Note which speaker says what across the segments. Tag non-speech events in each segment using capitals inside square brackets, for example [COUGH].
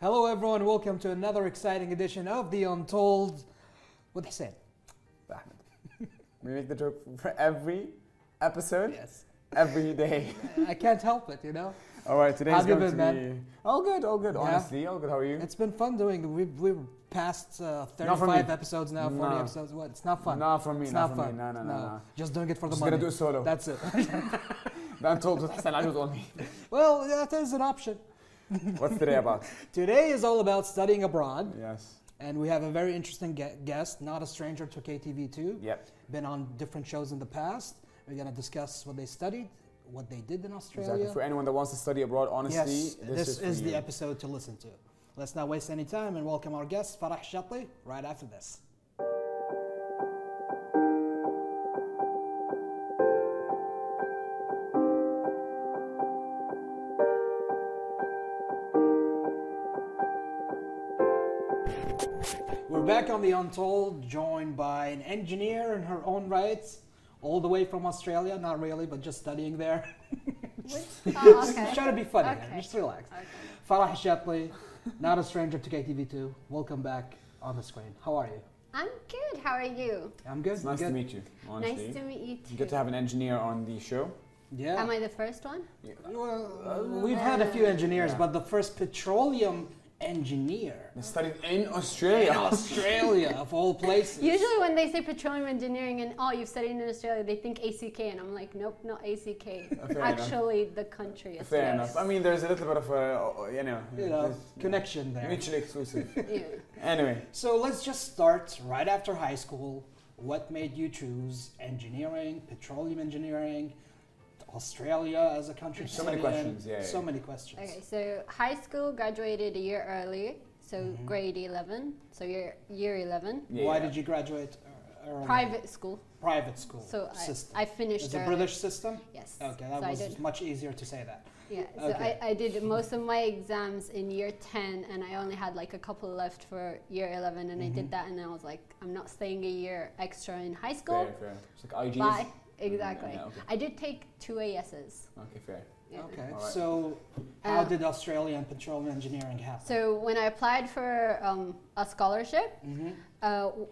Speaker 1: Hello, everyone. Welcome to another exciting edition of The Untold with Hussein.
Speaker 2: Ahmed. we make the joke for every episode,
Speaker 1: Yes.
Speaker 2: every day. [LAUGHS]
Speaker 1: I can't help it, you know?
Speaker 2: All right, today's
Speaker 1: How's it
Speaker 2: going
Speaker 1: been,
Speaker 2: to
Speaker 1: man?
Speaker 2: be all good, all good.
Speaker 1: Yeah.
Speaker 2: Honestly, all good. How are you?
Speaker 1: It's been fun doing. We've, we're past uh,
Speaker 2: Not for
Speaker 1: 35
Speaker 2: me.
Speaker 1: episodes now, 40
Speaker 2: No.
Speaker 1: episodes. What? It's not fun.
Speaker 2: Not for me.
Speaker 1: it's
Speaker 2: not,
Speaker 1: not,
Speaker 2: for
Speaker 1: fun.
Speaker 2: me. No, no, no, no.
Speaker 1: Just doing it for the
Speaker 2: Just
Speaker 1: money.
Speaker 2: gonna do it solo.
Speaker 1: That's it.
Speaker 2: [LAUGHS]
Speaker 1: [LAUGHS]
Speaker 2: That told us Hassan Ajud only.
Speaker 1: well, that is an option.
Speaker 2: [LAUGHS] What's today about?
Speaker 1: Today is all about studying abroad,
Speaker 2: Yes.
Speaker 1: and we have a very interesting ge- guest, not a stranger to KTV2.
Speaker 2: Yep.
Speaker 1: Been on different shows in the past. We're going to discuss what they studied, what they did in Australia.
Speaker 2: Exactly. For anyone that wants to study abroad, honestly,
Speaker 1: Yes,
Speaker 2: this,
Speaker 1: this,
Speaker 2: for
Speaker 1: is
Speaker 2: you.
Speaker 1: the episode to listen to. Let's not waste any time and welcome our guest, Farah Shatli, right after this. We're back on The Untold, joined by an engineer in her own right, all the way from Australia, not really, but just studying there. [LAUGHS]
Speaker 3: Oh,
Speaker 1: Just
Speaker 3: okay.
Speaker 1: try to be funny.
Speaker 3: Okay.
Speaker 1: man. Just relax.
Speaker 3: Okay.
Speaker 1: Farah Shepley, not a stranger to KTV2. Welcome back on the screen. How are you?
Speaker 3: I'm good. How are you?
Speaker 1: I'm good.
Speaker 2: It's nice
Speaker 1: good.
Speaker 2: to meet you, honestly.
Speaker 3: Nice to meet you too.
Speaker 2: Good to have an engineer on the show.
Speaker 1: Yeah.
Speaker 3: Am I the first one?
Speaker 1: well, we've had a few engineers,
Speaker 2: Yeah.
Speaker 1: but the first petroleum
Speaker 2: [LAUGHS]
Speaker 3: Oh.
Speaker 1: engineer
Speaker 2: They studied in
Speaker 1: in
Speaker 2: Australia.
Speaker 1: Australia, of all places.
Speaker 3: [LAUGHS] Usually, when they say petroleum engineering and oh, you've studied in Australia, they think ACK, and I'm like, nope, not ACK.
Speaker 2: enough.
Speaker 3: Actually, the country. is
Speaker 2: [LAUGHS] Fair
Speaker 3: there.
Speaker 2: enough. I mean, there's a little bit of a, you know,
Speaker 1: You know,
Speaker 2: there's-
Speaker 1: connection there.
Speaker 2: mutually exclusive.
Speaker 1: [LAUGHS]
Speaker 3: Yeah.
Speaker 2: anyway.
Speaker 1: So let's just start right after high school. What made you choose engineering, petroleum engineering, Australia as a country? to
Speaker 2: So many
Speaker 1: study in?
Speaker 2: questions, yeah,
Speaker 1: So
Speaker 2: yeah.
Speaker 1: many questions.
Speaker 3: Okay, so high school graduated a year early, so grade 11, so year year 11,
Speaker 2: Yeah,
Speaker 1: Why
Speaker 2: yeah.
Speaker 1: did you graduate ear- early?
Speaker 3: private school.
Speaker 1: private school
Speaker 3: So
Speaker 1: system.
Speaker 3: I, I finished
Speaker 1: Is it
Speaker 3: early.
Speaker 1: British system?
Speaker 3: Yes.
Speaker 1: Okay, that
Speaker 3: so I
Speaker 1: was
Speaker 3: did
Speaker 1: much easier to say that.
Speaker 3: Yeah, so
Speaker 1: Okay.
Speaker 3: I, I did most of my exams in year 10, and I only had like a couple left for year 11, and I did
Speaker 1: Mm-hmm.
Speaker 3: that, and I was like, I'm not staying a year extra in high school.
Speaker 2: Fair, fair. It's like IGs.
Speaker 3: Bye. [LAUGHS] Exactly.
Speaker 2: Yeah, okay.
Speaker 3: I did take two ASs.
Speaker 2: Okay, fair.
Speaker 3: yeah.
Speaker 1: Okay,
Speaker 2: All right.
Speaker 1: so how
Speaker 3: Um,
Speaker 1: did Australian petroleum engineering happen?
Speaker 3: So when I applied for um, a scholarship,
Speaker 1: hmm
Speaker 3: uh, w-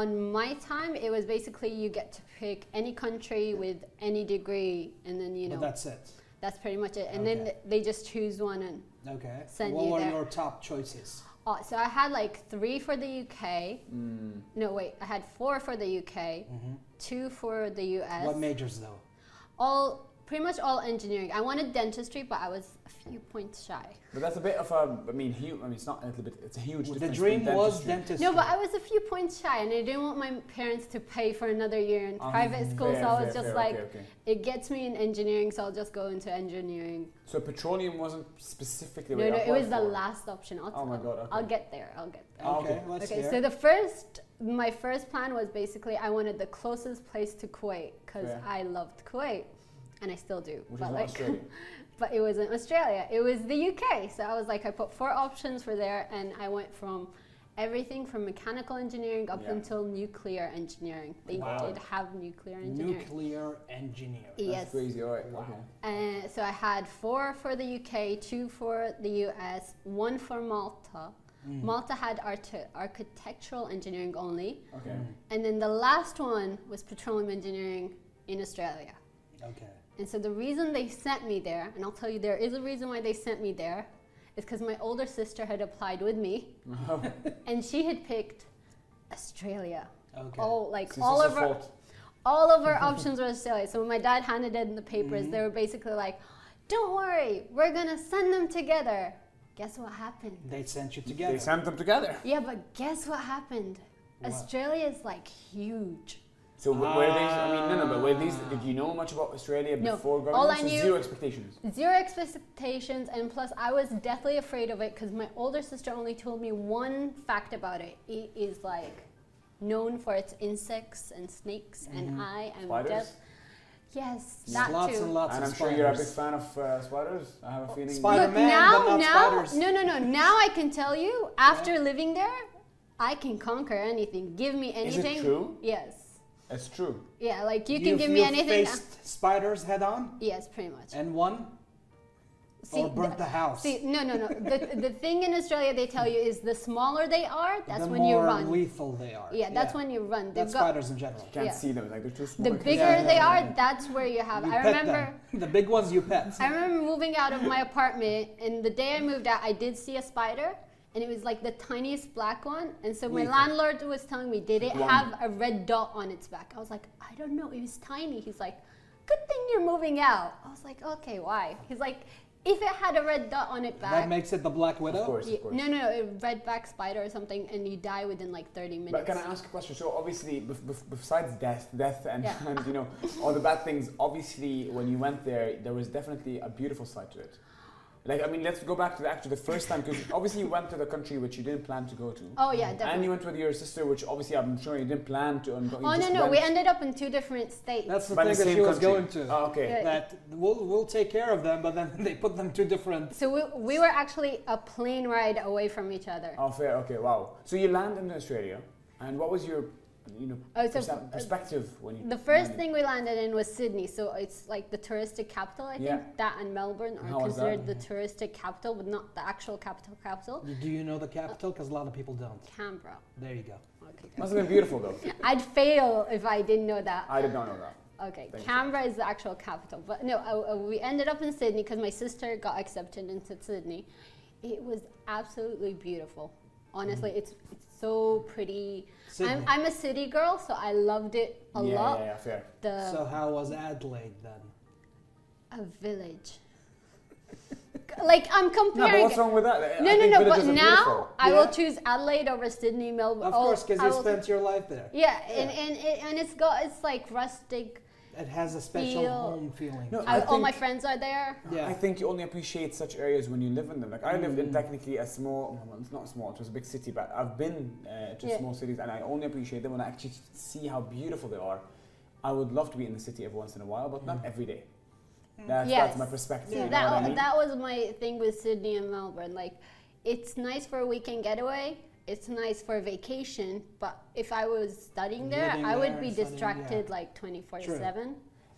Speaker 3: on my time, it was basically you get to pick any country with any degree, and then you know
Speaker 1: but that's it.
Speaker 3: that's pretty much it. And then
Speaker 1: Okay.
Speaker 3: they just choose one and
Speaker 1: Okay.
Speaker 3: Send
Speaker 1: what
Speaker 3: you
Speaker 1: were
Speaker 3: there.
Speaker 1: your top choices?
Speaker 3: Oh, so I had like three for the UK. No, wait, I had four for the UK,
Speaker 2: Mm-hmm.
Speaker 3: two for the US.
Speaker 1: What majors though?
Speaker 3: all pretty much all engineering. I wanted dentistry, but I was a few points shy.
Speaker 2: But that's a bit of a. I mean, huge. I mean, it's not a little bit. It's a huge.
Speaker 1: Well, the
Speaker 2: difference
Speaker 1: dream
Speaker 2: between
Speaker 1: was
Speaker 2: dentistry.
Speaker 1: dentistry.
Speaker 3: No, but I was a few points shy, and I didn't want my parents to pay for another year in
Speaker 2: Um,
Speaker 3: private school.
Speaker 2: fair,
Speaker 3: so I
Speaker 2: fair,
Speaker 3: was just
Speaker 2: fair,
Speaker 3: like,
Speaker 2: okay, okay.
Speaker 3: it gets me in engineering, so I'll just go into engineering.
Speaker 2: So petroleum wasn't specifically.
Speaker 3: No,
Speaker 2: what
Speaker 3: no,
Speaker 2: you
Speaker 3: it was the
Speaker 2: applied for.
Speaker 3: last option. I'll,
Speaker 2: Oh my God, okay.
Speaker 3: I'll get there. I'll get there.
Speaker 2: Oh,
Speaker 1: okay,
Speaker 2: okay.
Speaker 1: let's
Speaker 3: Okay,
Speaker 1: hear.
Speaker 3: so the first, my first plan was basically I wanted the closest place to Kuwait because
Speaker 2: Fair.
Speaker 3: I loved Kuwait, and I still do.
Speaker 2: Which is
Speaker 3: but
Speaker 2: not Australia.
Speaker 3: [LAUGHS] but it wasn't Australia. It was the UK. So I was like, I put four options for there, and I went from everything from mechanical engineering up
Speaker 2: Yeah.
Speaker 3: until nuclear engineering. They
Speaker 2: Wow.
Speaker 3: did have nuclear engineering. E.
Speaker 1: Nuclear engineer.
Speaker 3: Yeah.
Speaker 2: That's
Speaker 3: yes.
Speaker 2: crazy. All right.
Speaker 1: Wow.
Speaker 2: Okay.
Speaker 3: Uh, so I had four for the UK, two for the US, one for Malta.
Speaker 2: Hmm.
Speaker 3: Malta had archi- architectural engineering only.
Speaker 2: Okay.
Speaker 3: And then the last one was petroleum engineering in Australia.
Speaker 1: Okay.
Speaker 3: And so the reason they sent me there, and I'll tell you there is a reason why they sent me there, is because my older sister had applied with me
Speaker 1: Mm.
Speaker 2: [LAUGHS]
Speaker 3: and she had picked Australia.
Speaker 1: Okay.
Speaker 3: Oh, like
Speaker 2: This is
Speaker 3: all
Speaker 2: a
Speaker 3: of our,
Speaker 2: fault.
Speaker 3: all of
Speaker 2: [LAUGHS]
Speaker 3: our options were Australia. So when my dad handed in the papers, they
Speaker 2: Mm-hmm.
Speaker 3: were basically like, "Don't worry, we're gonna send them together." Guess what happened?
Speaker 1: They sent you together.
Speaker 2: They sent them together.
Speaker 3: Yeah, but guess what happened?
Speaker 1: What?
Speaker 3: Australia is like huge.
Speaker 2: So w- were these? I mean, no, no. But were these?
Speaker 1: Ah.
Speaker 2: Did you know much about Australia
Speaker 3: No.
Speaker 2: before going?
Speaker 3: All
Speaker 2: there?
Speaker 3: I
Speaker 2: So
Speaker 3: knew-
Speaker 2: zero expectations.
Speaker 3: Zero expectations, and plus, I was deathly afraid of it because my older sister only told me one fact about it. It is like known for its insects and snakes, and I am
Speaker 2: Spiders.
Speaker 3: death. Yes, that
Speaker 1: Lots
Speaker 3: too.
Speaker 1: Mm-hmm. and lots
Speaker 2: and
Speaker 1: of
Speaker 2: I'm sure you're a big
Speaker 1: spiders. Oh,
Speaker 2: fan of uh, spiders. I have a feeling.
Speaker 1: spider-
Speaker 3: Look
Speaker 1: Spider-Man,
Speaker 3: now,
Speaker 1: but not
Speaker 3: now,
Speaker 1: spiders.
Speaker 3: no, no, no. Now I can tell you. After living there, I can conquer anything. Give me
Speaker 2: Is
Speaker 3: anything.
Speaker 2: it true?
Speaker 3: Yes.
Speaker 2: It's true.
Speaker 3: Yeah, like you can give me
Speaker 1: you've
Speaker 3: anything. uh,
Speaker 1: Faced spiders head on
Speaker 3: Yes, pretty much.
Speaker 1: and one
Speaker 3: See,
Speaker 1: or burnt the house.
Speaker 3: See, no, no, no. The, the thing in Australia they tell you is the smaller they are, that's
Speaker 1: the
Speaker 3: when
Speaker 1: more
Speaker 3: you run.
Speaker 1: lethal they are.
Speaker 3: yeah, that's when you run. They've
Speaker 1: That's
Speaker 3: got,
Speaker 1: spiders in general.
Speaker 2: Can't
Speaker 3: Yeah.
Speaker 2: see them. Like they're too small.
Speaker 3: the
Speaker 2: I can't
Speaker 3: bigger
Speaker 2: see them.
Speaker 3: they
Speaker 1: yeah,
Speaker 3: are,
Speaker 1: yeah.
Speaker 3: that's where you have.
Speaker 1: You
Speaker 3: I
Speaker 1: pet
Speaker 3: remember.
Speaker 1: them. [LAUGHS] the big ones you pet.
Speaker 3: I remember moving out of my apartment, and the day I moved out, I did see a spider, and it was like the tiniest black one. And so my
Speaker 1: Lethal.
Speaker 3: landlord was telling me, did it
Speaker 2: One.
Speaker 3: have a red dot on its back? I was like, I don't know. It was tiny. He's like, good thing you're moving out. I was like, okay, why? He's like, if it had a red dot on its back.
Speaker 1: that makes it the black widow.
Speaker 2: Of course,
Speaker 3: Yeah,
Speaker 2: of course.
Speaker 3: no, no, no, a redback spider or something, and you die within like 30 minutes.
Speaker 2: But can I ask a question? So obviously, bef- bef- besides death, death, and,
Speaker 3: Yeah.
Speaker 2: [LAUGHS] and you know all the bad things, obviously when you went there, there was definitely a beautiful side to it. Like I mean, let's go back to the, actually the first time because obviously you went to the country which you didn't plan to go to,
Speaker 3: oh, yeah,
Speaker 2: and
Speaker 3: definitely.
Speaker 2: you went with your sister, which obviously I'm sure you didn't plan to. And go, you
Speaker 3: Oh, no,
Speaker 2: just
Speaker 3: no,
Speaker 2: went
Speaker 3: we ended up in two different states.
Speaker 1: That's the
Speaker 2: by
Speaker 1: thing
Speaker 2: the
Speaker 1: that
Speaker 2: same
Speaker 1: she was
Speaker 2: country.
Speaker 1: going to.
Speaker 2: Oh, okay.
Speaker 3: Yeah.
Speaker 1: that we'll we'll take care of them, but then [LAUGHS] they put them to different.
Speaker 3: so we, we were actually a plane ride away from each other.
Speaker 2: Oh, fair. Okay, wow. So you land in Australia, and what was your, you know,
Speaker 3: Oh, so,
Speaker 2: percep-
Speaker 3: uh,
Speaker 2: perspective when you?
Speaker 3: The first
Speaker 2: landed?
Speaker 3: thing we landed in was Sydney, so it's like the touristic capital, I think.
Speaker 2: Yeah.
Speaker 3: That and Melbourne are
Speaker 2: How was that?
Speaker 3: considered the touristic capital, but not the actual capital capital.
Speaker 1: Do you know the capital? Because a lot of people don't.
Speaker 3: Canberra.
Speaker 1: There you go.
Speaker 3: Okay.
Speaker 2: must have been beautiful though.
Speaker 3: I'd fail if I didn't know that.
Speaker 2: I did not know that.
Speaker 3: Okay,
Speaker 2: Thank you.
Speaker 3: Canberra is the actual capital, but no, uh, uh, we ended up in Sydney because my sister got accepted into Sydney. It was absolutely beautiful. Honestly,
Speaker 2: Mm.
Speaker 3: it's, it's so pretty. I'm,
Speaker 1: Sydney.
Speaker 3: I'm a city girl, so I loved it a
Speaker 2: yeah,
Speaker 3: lot.
Speaker 2: yeah, yeah, fair.
Speaker 3: The
Speaker 1: so how was Adelaide then?
Speaker 3: a village, like I'm
Speaker 2: No, but
Speaker 3: comparing.
Speaker 2: what's wrong with that? I- I
Speaker 3: no, no,
Speaker 2: think
Speaker 3: no. But
Speaker 2: villages are
Speaker 3: now
Speaker 2: beautiful.
Speaker 3: I will
Speaker 1: Yeah.
Speaker 3: choose Adelaide over Sydney, Melbourne.
Speaker 1: Of
Speaker 3: Oh,
Speaker 1: course, because
Speaker 3: I
Speaker 1: you
Speaker 3: will-
Speaker 1: spent your life there.
Speaker 3: Yeah, and and it- and it's got it's like rustic.
Speaker 1: It has a special
Speaker 3: Feel-
Speaker 1: home feeling.
Speaker 2: No, I
Speaker 3: I, all my
Speaker 2: think-
Speaker 3: friends are there.
Speaker 1: Yeah.
Speaker 2: I think you only appreciate such areas when you live in them. Like I lived in technically a small, well, it's not small, it was a big city, but I've been uh, to
Speaker 3: Yeah.
Speaker 2: small cities and I only appreciate them when I actually see how beautiful they are. I would love to be in the city every once in a while, but not every day. That's, that's my
Speaker 3: Yes.
Speaker 2: perspective.
Speaker 3: See,
Speaker 2: you know
Speaker 3: that,
Speaker 2: what I mean?
Speaker 3: that was my thing with Sydney and Melbourne. Like, it's nice for a weekend getaway. It's nice for a vacation, but if I was studying there,
Speaker 1: Living
Speaker 3: I would
Speaker 1: there
Speaker 3: be
Speaker 1: and studying,
Speaker 3: distracted like 24 7.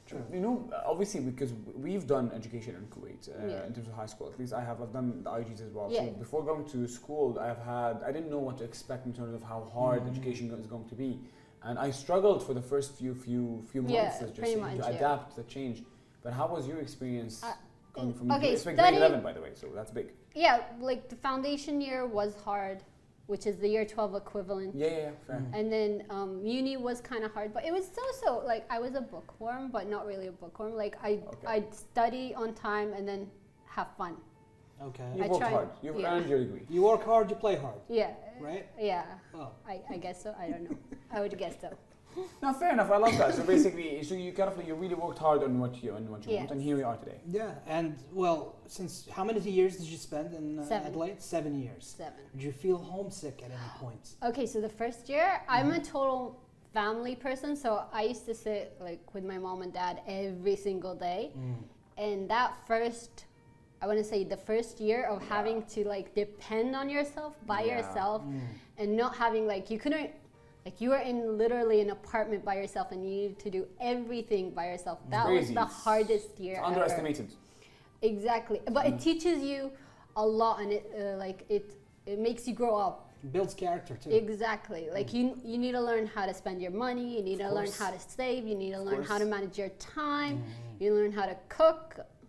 Speaker 1: True.
Speaker 2: You know, uh, obviously, because w- we've done education in Kuwait uh,
Speaker 3: Yeah.
Speaker 2: in terms of high school. At least I have. I've done the IGs as well.
Speaker 3: Yeah.
Speaker 2: So before going to school, I've had. I didn't know what to expect in terms of how hard
Speaker 3: Mm-hmm.
Speaker 2: education is going to be, and I struggled for the first few few few months
Speaker 3: Yeah,
Speaker 2: as just
Speaker 3: pretty
Speaker 2: to
Speaker 3: much, yeah.
Speaker 2: adapt to the change. But how was your experience
Speaker 3: Uh,
Speaker 2: coming
Speaker 3: mm,
Speaker 2: from?
Speaker 3: okay,
Speaker 2: it's like
Speaker 3: study-
Speaker 2: grade eleven, by the way, so that's big.
Speaker 3: Yeah, like the foundation year was hard, which is the year 12 equivalent.
Speaker 2: Yeah, yeah, yeah fair.
Speaker 3: And then um, uni was kind of hard, but it was so so. Like, I was a bookworm, but not really a bookworm. Like, I,
Speaker 2: Okay.
Speaker 3: I'd study on time and then have fun.
Speaker 1: Okay.
Speaker 2: You've
Speaker 3: I
Speaker 2: worked
Speaker 3: tried-
Speaker 2: hard. You've
Speaker 3: yeah.
Speaker 2: earned your degree.
Speaker 1: You work hard, you play hard,
Speaker 3: Yeah.
Speaker 1: right?
Speaker 3: Yeah.
Speaker 1: Oh,
Speaker 3: I, I guess so. I don't know. I would guess so.
Speaker 2: No, fair enough. I love that.
Speaker 3: [LAUGHS]
Speaker 2: So basically, so you kind of you really worked hard on what you on what you
Speaker 3: Yeah.
Speaker 2: want, and here we are today.
Speaker 1: yeah. And well, since how many years did you spend in uh,
Speaker 3: Seven.
Speaker 1: Adelaide? Seven years.
Speaker 3: Seven.
Speaker 1: Did you feel homesick at any point?
Speaker 3: Okay, so the first year, I'm
Speaker 2: Mm-hmm.
Speaker 3: a total family person, so I used to sit like with my mom and dad every single day.
Speaker 2: Mm.
Speaker 3: And that first, I want to say the first year of having to like depend on yourself by
Speaker 2: Yeah. Mm.
Speaker 3: yourself and not having like you couldn't like you were in literally an apartment by yourself and you needed to do everything by yourself. That was
Speaker 2: Crazy.
Speaker 3: the hardest year.
Speaker 2: It's
Speaker 3: ever.
Speaker 2: underestimated.
Speaker 3: Exactly, but
Speaker 2: Mm.
Speaker 3: it teaches you a lot, and it uh, like it it makes you grow up.
Speaker 1: Builds character too.
Speaker 3: Exactly, like you you need to learn how to spend your money. You need
Speaker 2: Of
Speaker 3: to learn
Speaker 2: course.
Speaker 3: how to save. You need to learn how
Speaker 2: course.
Speaker 3: to manage your time. You learn how to cook.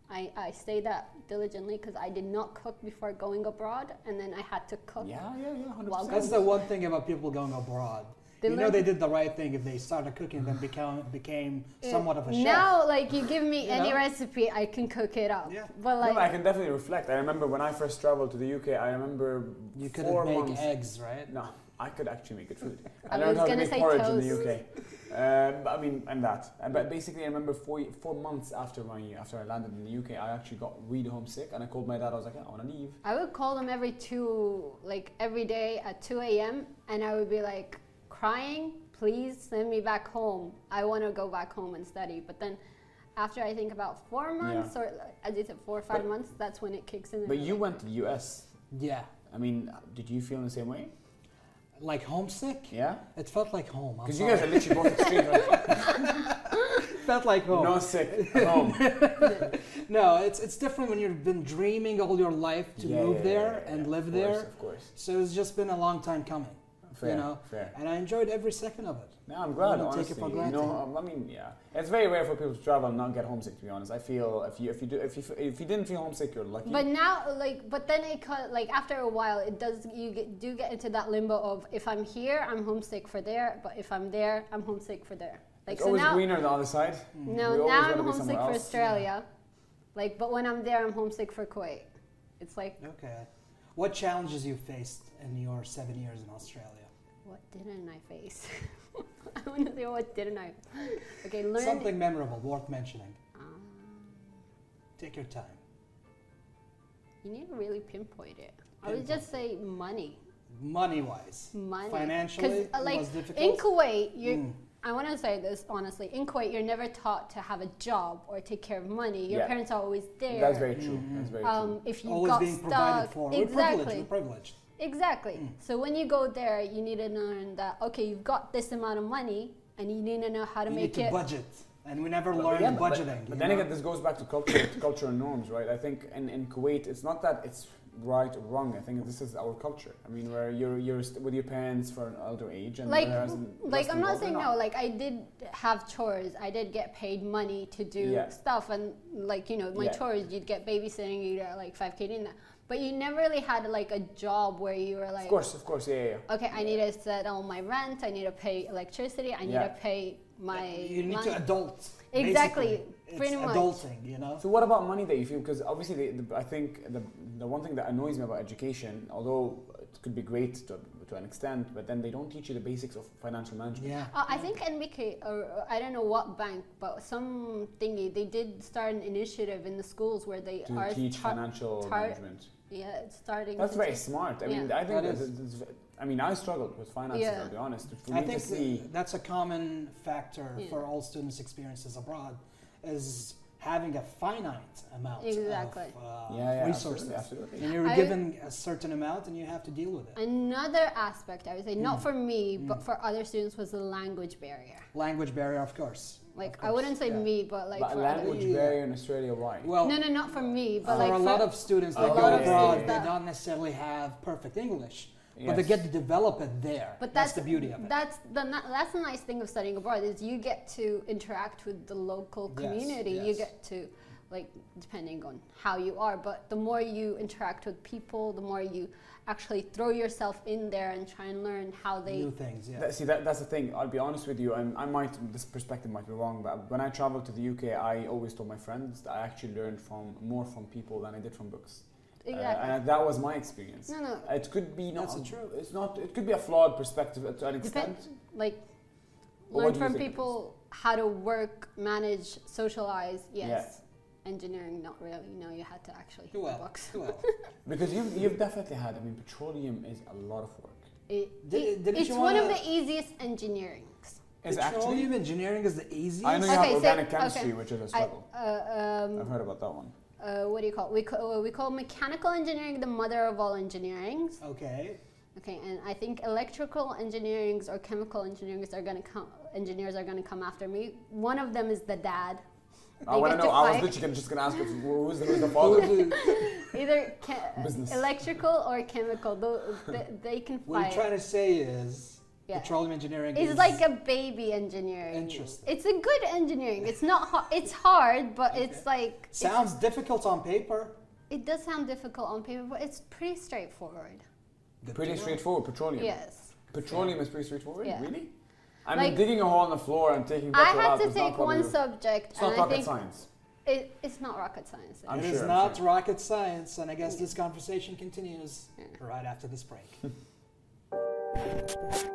Speaker 3: I, I say that diligently because I did not cook before going abroad, and then I had to cook.
Speaker 2: Yeah, yeah, yeah, hundred
Speaker 3: Wow,
Speaker 1: That's
Speaker 2: percent.
Speaker 1: the one thing about people going abroad.
Speaker 3: They
Speaker 1: you know
Speaker 3: learn-
Speaker 1: they did the right thing if they started cooking
Speaker 2: [SIGHS]
Speaker 1: then become became
Speaker 3: Uh,
Speaker 1: somewhat of a chef.
Speaker 3: Now, like you give me
Speaker 1: You
Speaker 3: any
Speaker 1: know?
Speaker 3: recipe, I can cook it up.
Speaker 1: Yeah.
Speaker 3: But
Speaker 2: No,
Speaker 3: like
Speaker 2: but I can definitely reflect. I remember when I first traveled to the UK. I remember
Speaker 1: you couldn't
Speaker 2: four
Speaker 1: make
Speaker 2: months.
Speaker 1: eggs, right?
Speaker 3: [LAUGHS]
Speaker 2: No, I could actually make good food.
Speaker 3: I
Speaker 2: I learned
Speaker 3: was
Speaker 2: how to
Speaker 3: gonna
Speaker 2: make
Speaker 3: say
Speaker 2: porridge in
Speaker 3: toast.
Speaker 2: the UK. Um, but I mean, and that. Uh, But basically, I remember four, y- four months after my after I landed in the UK, I actually got really homesick, and I called my dad. I was like, "Yeah, I want to leave.
Speaker 3: I would call them every two, like every day at 2 a.m., and I would be like crying, please send me back home. I want to go back home and study. But then after I think about four months, or as you said, four or five
Speaker 2: But-
Speaker 3: months, that's when it kicks in. and
Speaker 2: But
Speaker 3: I'm
Speaker 2: you
Speaker 3: like,
Speaker 2: went to the US.
Speaker 1: Yeah,
Speaker 2: I mean, did you feel the same way?
Speaker 1: like homesick.
Speaker 2: Yeah.
Speaker 1: It felt like home. I'm
Speaker 2: Because you guys are literally both extremes.
Speaker 1: [LAUGHS]
Speaker 2: Like,
Speaker 1: it felt like home.
Speaker 2: No sick at home.
Speaker 1: No, it's it's different when you've been dreaming all your life [LAUGHS] to
Speaker 2: Yeah,
Speaker 1: move
Speaker 2: yeah,
Speaker 1: there
Speaker 2: yeah, yeah,
Speaker 1: and
Speaker 2: yeah.
Speaker 1: live
Speaker 2: Of
Speaker 1: there.
Speaker 2: course, Of course.
Speaker 1: So it's just been a long time coming,
Speaker 2: Fair.
Speaker 1: you know.
Speaker 2: Fair.
Speaker 1: And I enjoyed every second of it.
Speaker 2: No, I'm glad.
Speaker 1: don't
Speaker 2: Honestly,
Speaker 1: take it for
Speaker 2: You
Speaker 1: granted.
Speaker 2: know, um, I mean, yeah, it's very rare for people to travel and not get homesick. To be honest, I feel if you if you do if you f- if you didn't feel homesick, you're lucky.
Speaker 3: But now, like, but then it co- like after a while, it does you get, do get into that limbo of if I'm here, I'm homesick for there, but if I'm there, I'm homesick for there. Like
Speaker 2: it's always
Speaker 3: now,
Speaker 2: greener on the other side.
Speaker 1: Mm-hmm.
Speaker 2: We
Speaker 3: no,
Speaker 2: always
Speaker 3: now
Speaker 2: wanna
Speaker 3: I'm
Speaker 2: be somewhere
Speaker 3: homesick for
Speaker 2: else.
Speaker 3: Australia, like, but when I'm there, I'm homesick for Kuwait. It's like
Speaker 1: Okay. What challenges you faced in your seven years in Australia?
Speaker 3: what didn't I face? [LAUGHS] I want to say what didn't I? [LAUGHS] Okay, learn
Speaker 1: Something memorable, worth mentioning.
Speaker 3: Um,
Speaker 1: Take your time.
Speaker 3: you need to really pinpoint it. I
Speaker 1: Pinpoint.
Speaker 3: would just say money,
Speaker 1: Money wise,
Speaker 3: money, 'Cause,
Speaker 1: financially,
Speaker 3: uh, like
Speaker 1: was difficult.
Speaker 3: in Kuwait, you.
Speaker 1: Mm.
Speaker 3: I want to say this honestly. In Kuwait, you're never taught to have a job or take care of money. Your
Speaker 2: Yeah.
Speaker 3: parents are always there.
Speaker 2: That's very true.
Speaker 1: Mm-hmm.
Speaker 2: That's very
Speaker 3: um, if you
Speaker 1: Always
Speaker 3: got
Speaker 1: being provided
Speaker 3: stuck,
Speaker 1: for. We're
Speaker 3: exactly,
Speaker 1: privileged. We're privileged.
Speaker 3: exactly.
Speaker 1: Mm.
Speaker 3: So when you go there, you need to learn that okay, you've got this amount of money, and you need to know how to
Speaker 1: You need
Speaker 3: make
Speaker 1: to
Speaker 3: it.
Speaker 1: budget, and we never
Speaker 2: true.
Speaker 1: learned
Speaker 2: yeah, but-
Speaker 1: budgeting.
Speaker 2: But,
Speaker 1: you
Speaker 2: then
Speaker 1: know?
Speaker 2: again, this goes back to culture, to cultural norms, right? I think in, in Kuwait, it's not that it's right or wrong. I think this is our culture. I mean, where you're you're st- with your parents for an older age, and
Speaker 3: like,
Speaker 2: whereas in
Speaker 3: like
Speaker 2: Western
Speaker 3: I'm not
Speaker 2: world,
Speaker 3: saying
Speaker 2: they're
Speaker 3: no. Like I did have chores. I did get paid money to do
Speaker 2: Yeah.
Speaker 3: stuff, and like you know, my
Speaker 2: Yeah.
Speaker 3: chores. You'd get babysitting. You'd get like five k in that. But you never really had like a job where you were like,
Speaker 2: Of course, of course, yeah, yeah. yeah.
Speaker 3: okay, I need to settle my rent, I need to pay electricity, I need
Speaker 2: Yeah.
Speaker 3: to pay my
Speaker 1: you need to
Speaker 3: lunch.
Speaker 1: adult. basically.
Speaker 3: Exactly,
Speaker 1: It's
Speaker 3: pretty much.
Speaker 1: adulting, you know.
Speaker 2: So what about money that you feel? Because obviously, the, the, I think the, the one thing that annoys me about education, although it could be great to, to an extent, but then they don't teach you the basics of financial management.
Speaker 1: Yeah.
Speaker 3: Uh, I think NBK, or or I don't know what bank, but some thingy, they did start an initiative in the schools where they
Speaker 2: To
Speaker 3: are
Speaker 2: teach
Speaker 3: tar-
Speaker 2: financial
Speaker 3: tar-
Speaker 2: management.
Speaker 3: yeah, it's starting.
Speaker 2: That's
Speaker 3: to
Speaker 2: very
Speaker 3: teach-
Speaker 2: smart. I mean,
Speaker 3: Yeah.
Speaker 2: I think
Speaker 1: That
Speaker 2: that
Speaker 1: is.
Speaker 2: is- is- I mean, I struggled with finances.
Speaker 3: Yeah.
Speaker 2: I'll be honest. For
Speaker 1: I
Speaker 2: me
Speaker 1: think
Speaker 2: to see,
Speaker 1: th- that's a common factor
Speaker 3: Yeah.
Speaker 1: for all students' experiences abroad, is having a finite amount
Speaker 3: Exactly.
Speaker 1: of uh,
Speaker 2: yeah, yeah,
Speaker 1: resources.
Speaker 2: absolutely, absolutely.
Speaker 1: And you're
Speaker 3: I-
Speaker 1: given a certain amount, and you have to deal with it.
Speaker 3: Another aspect I would say, not
Speaker 1: Mm.
Speaker 3: for me, but for other students, was the language barrier.
Speaker 1: Language barrier, of course.
Speaker 3: Like
Speaker 1: Of
Speaker 3: I
Speaker 1: course,
Speaker 3: wouldn't say
Speaker 1: yeah.
Speaker 3: me, but like
Speaker 2: but
Speaker 3: for
Speaker 2: language
Speaker 1: Yeah.
Speaker 2: barrier in Australia, why?
Speaker 1: Well,
Speaker 3: other. No, no, not for me, but
Speaker 1: for
Speaker 3: like
Speaker 1: a
Speaker 3: for
Speaker 1: lot of students
Speaker 2: a
Speaker 1: that
Speaker 2: lot
Speaker 1: go
Speaker 2: of
Speaker 1: abroad,
Speaker 2: students
Speaker 1: they
Speaker 3: that-
Speaker 1: don't necessarily have perfect English, but
Speaker 2: Yes.
Speaker 1: they get to develop it there.
Speaker 3: But
Speaker 1: that's,
Speaker 3: that's,
Speaker 1: the beauty of it.
Speaker 3: That's the ni- that's the nice thing of studying abroad is you get to interact with the local
Speaker 1: Yes,
Speaker 3: community. You
Speaker 1: yes.
Speaker 3: get to like depending on how you are, but the more you interact with people, the more you actually throw yourself in there and try and learn how they.
Speaker 1: New things, yeah.
Speaker 2: That, see, that, that's the thing. I'll be honest with you, and I might this perspective might be wrong, but when I traveled to the UK, I always told my friends that I actually learned from more from people than I did from books, Uh,
Speaker 3: Exactly.
Speaker 2: and that was my experience.
Speaker 3: no, no.
Speaker 2: It could be not
Speaker 1: That's true.
Speaker 2: It's not. It could be a flawed perspective to an
Speaker 3: Depend,
Speaker 2: extent.
Speaker 3: like
Speaker 2: Well, what
Speaker 3: learn
Speaker 2: do you
Speaker 3: from
Speaker 2: think it
Speaker 3: people how to work, manage, socialize. Yes. Engineering, not really. No, you had to actually hit
Speaker 1: Too
Speaker 3: the
Speaker 1: well,
Speaker 3: books.
Speaker 1: too
Speaker 2: [LAUGHS]
Speaker 1: well.
Speaker 2: Because you've, you've definitely had. I mean, petroleum is a lot of work.
Speaker 3: It,
Speaker 1: Did-
Speaker 3: it-
Speaker 1: didn't
Speaker 3: it's
Speaker 1: you
Speaker 3: one of
Speaker 1: wanna-
Speaker 3: the easiest engineerings.
Speaker 2: It's
Speaker 1: Petroleum
Speaker 2: actually.
Speaker 1: engineering is the easiest.
Speaker 2: I know you
Speaker 3: Okay,
Speaker 2: have
Speaker 3: so-
Speaker 2: organic
Speaker 3: okay.
Speaker 2: chemistry, which is a
Speaker 3: I,
Speaker 2: struggle.
Speaker 3: uh, um,
Speaker 2: I've heard about that one.
Speaker 1: Uh-huh.
Speaker 3: uh, what do you call it? We, call, we call mechanical engineering the mother of all engineerings.
Speaker 1: Okay.
Speaker 3: Okay, and I think electrical engineerings or chemical engineerings are gonna come. Engineers are gonna come after me. One of them is the dad.
Speaker 2: I
Speaker 3: They
Speaker 2: want to
Speaker 3: get
Speaker 2: know. I was
Speaker 3: fight.
Speaker 2: literally gonna- just going to ask if, who's, the,
Speaker 1: [LAUGHS]
Speaker 2: who's the father.
Speaker 3: Either che-
Speaker 2: Business.
Speaker 3: electrical or chemical. Tho- th- they can
Speaker 1: What
Speaker 3: fight.
Speaker 1: you're trying to say is
Speaker 3: Yeah.
Speaker 1: petroleum engineering
Speaker 3: It's
Speaker 1: is
Speaker 3: like a baby engineering.
Speaker 1: Interesting.
Speaker 3: It's a good engineering. It's not. Ho- it's hard, but it's like it's-
Speaker 1: sounds difficult on paper.
Speaker 3: it does sound difficult on paper, but it's pretty straightforward.
Speaker 1: Good
Speaker 2: pretty
Speaker 1: to know.
Speaker 2: straightforward. Petroleum.
Speaker 3: Yes.
Speaker 2: Petroleum is pretty straightforward.
Speaker 3: Yeah.
Speaker 2: Really? I mean,
Speaker 3: Like-
Speaker 2: digging a hole in the floor and taking
Speaker 3: I
Speaker 2: petrol
Speaker 3: had
Speaker 2: out
Speaker 3: to
Speaker 2: is not
Speaker 3: take one
Speaker 2: probably-
Speaker 3: subject,
Speaker 2: It's
Speaker 3: and
Speaker 2: not
Speaker 3: I
Speaker 2: rocket
Speaker 3: think
Speaker 2: science.
Speaker 3: It, it's not rocket science.
Speaker 2: I'm
Speaker 1: It is
Speaker 2: sure, I'm
Speaker 1: not
Speaker 2: sure.
Speaker 1: rocket science, and I guess this conversation continues right after this break.
Speaker 2: [LAUGHS]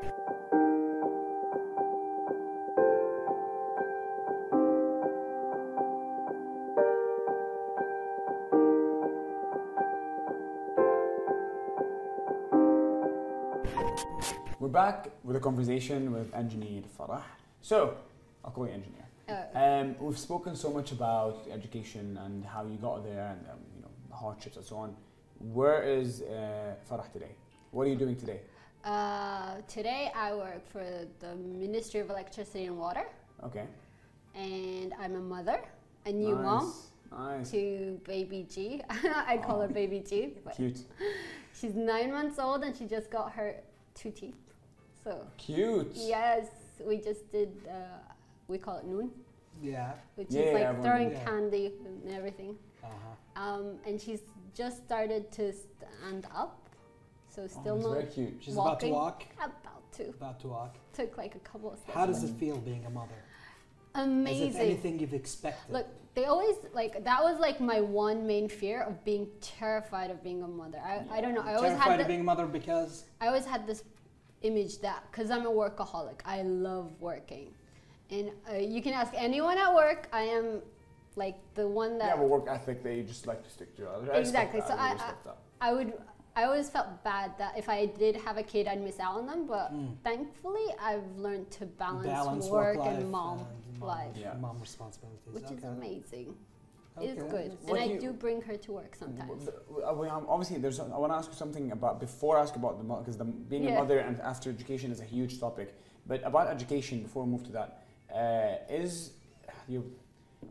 Speaker 2: We're back with a conversation with engineer Farah. So, I'll call you engineer.
Speaker 3: Uh,
Speaker 2: Um, we've spoken so much about education and how you got there and um, you know the hardships and so on. Where is uh, Farah today? What are you doing today?
Speaker 3: uh, today I work for the Ministry of Electricity and Water,
Speaker 2: Okay.
Speaker 3: and I'm a mother, a new
Speaker 2: nice.
Speaker 3: mom
Speaker 2: Nice.
Speaker 3: to baby G. [LAUGHS] I call her baby
Speaker 2: [LAUGHS]
Speaker 3: G, but
Speaker 2: Cute.
Speaker 3: she's nine months old and she just got her two teeth. So
Speaker 2: Cute.
Speaker 3: yes, we just did. Uh, we call it noon,
Speaker 1: Yeah.
Speaker 3: which
Speaker 2: Yeah,
Speaker 3: is like
Speaker 2: everyone-
Speaker 3: throwing
Speaker 1: yeah.
Speaker 3: candy and everything.
Speaker 1: Uh-huh.
Speaker 3: Um, and she's just started to stand up, so
Speaker 2: oh,
Speaker 3: still
Speaker 2: it's
Speaker 3: not
Speaker 2: very cute.
Speaker 1: She's about to
Speaker 3: Walking.
Speaker 1: walk.
Speaker 3: [LAUGHS] about to.
Speaker 1: About to walk.
Speaker 3: Took like a couple of steps.
Speaker 1: How does it feel being a mother? Is it
Speaker 3: Amazing.
Speaker 1: anything you've expected?
Speaker 3: Look, they always like that was like my one main fear of being terrified of being a mother. I, I don't know. I always
Speaker 1: Terrified
Speaker 3: had
Speaker 1: of
Speaker 3: the,
Speaker 1: being a mother because
Speaker 3: I always had this image that because I'm a workaholic, I love working, and uh, you can ask anyone at work. I am like the one
Speaker 2: You
Speaker 3: that
Speaker 2: have a work ethic that you just like to stick to. I respect
Speaker 3: Exactly,
Speaker 2: That.
Speaker 3: so
Speaker 2: I,
Speaker 3: I-
Speaker 2: respect that.
Speaker 3: I would. I always felt bad that if I did have a kid, I'd miss out on them. But thankfully, I've learned to Uh, balance,
Speaker 1: hmm, balance
Speaker 3: work,
Speaker 1: life
Speaker 3: and mom
Speaker 2: uh,
Speaker 3: life,
Speaker 2: Yeah.
Speaker 1: mom responsibilities.
Speaker 3: which is
Speaker 1: Okay.
Speaker 3: amazing. It's
Speaker 1: Okay.
Speaker 3: good,
Speaker 2: What
Speaker 3: and
Speaker 2: do
Speaker 3: I
Speaker 2: you- Mm-hmm.
Speaker 3: do bring her to work sometimes.
Speaker 2: Well, I- uh, well, I'm- Obviously, there's. I want to ask you something about before I ask about the because the being a
Speaker 3: Yeah.
Speaker 2: mother and after education is a huge topic. But about education, before we move to that, uh, is you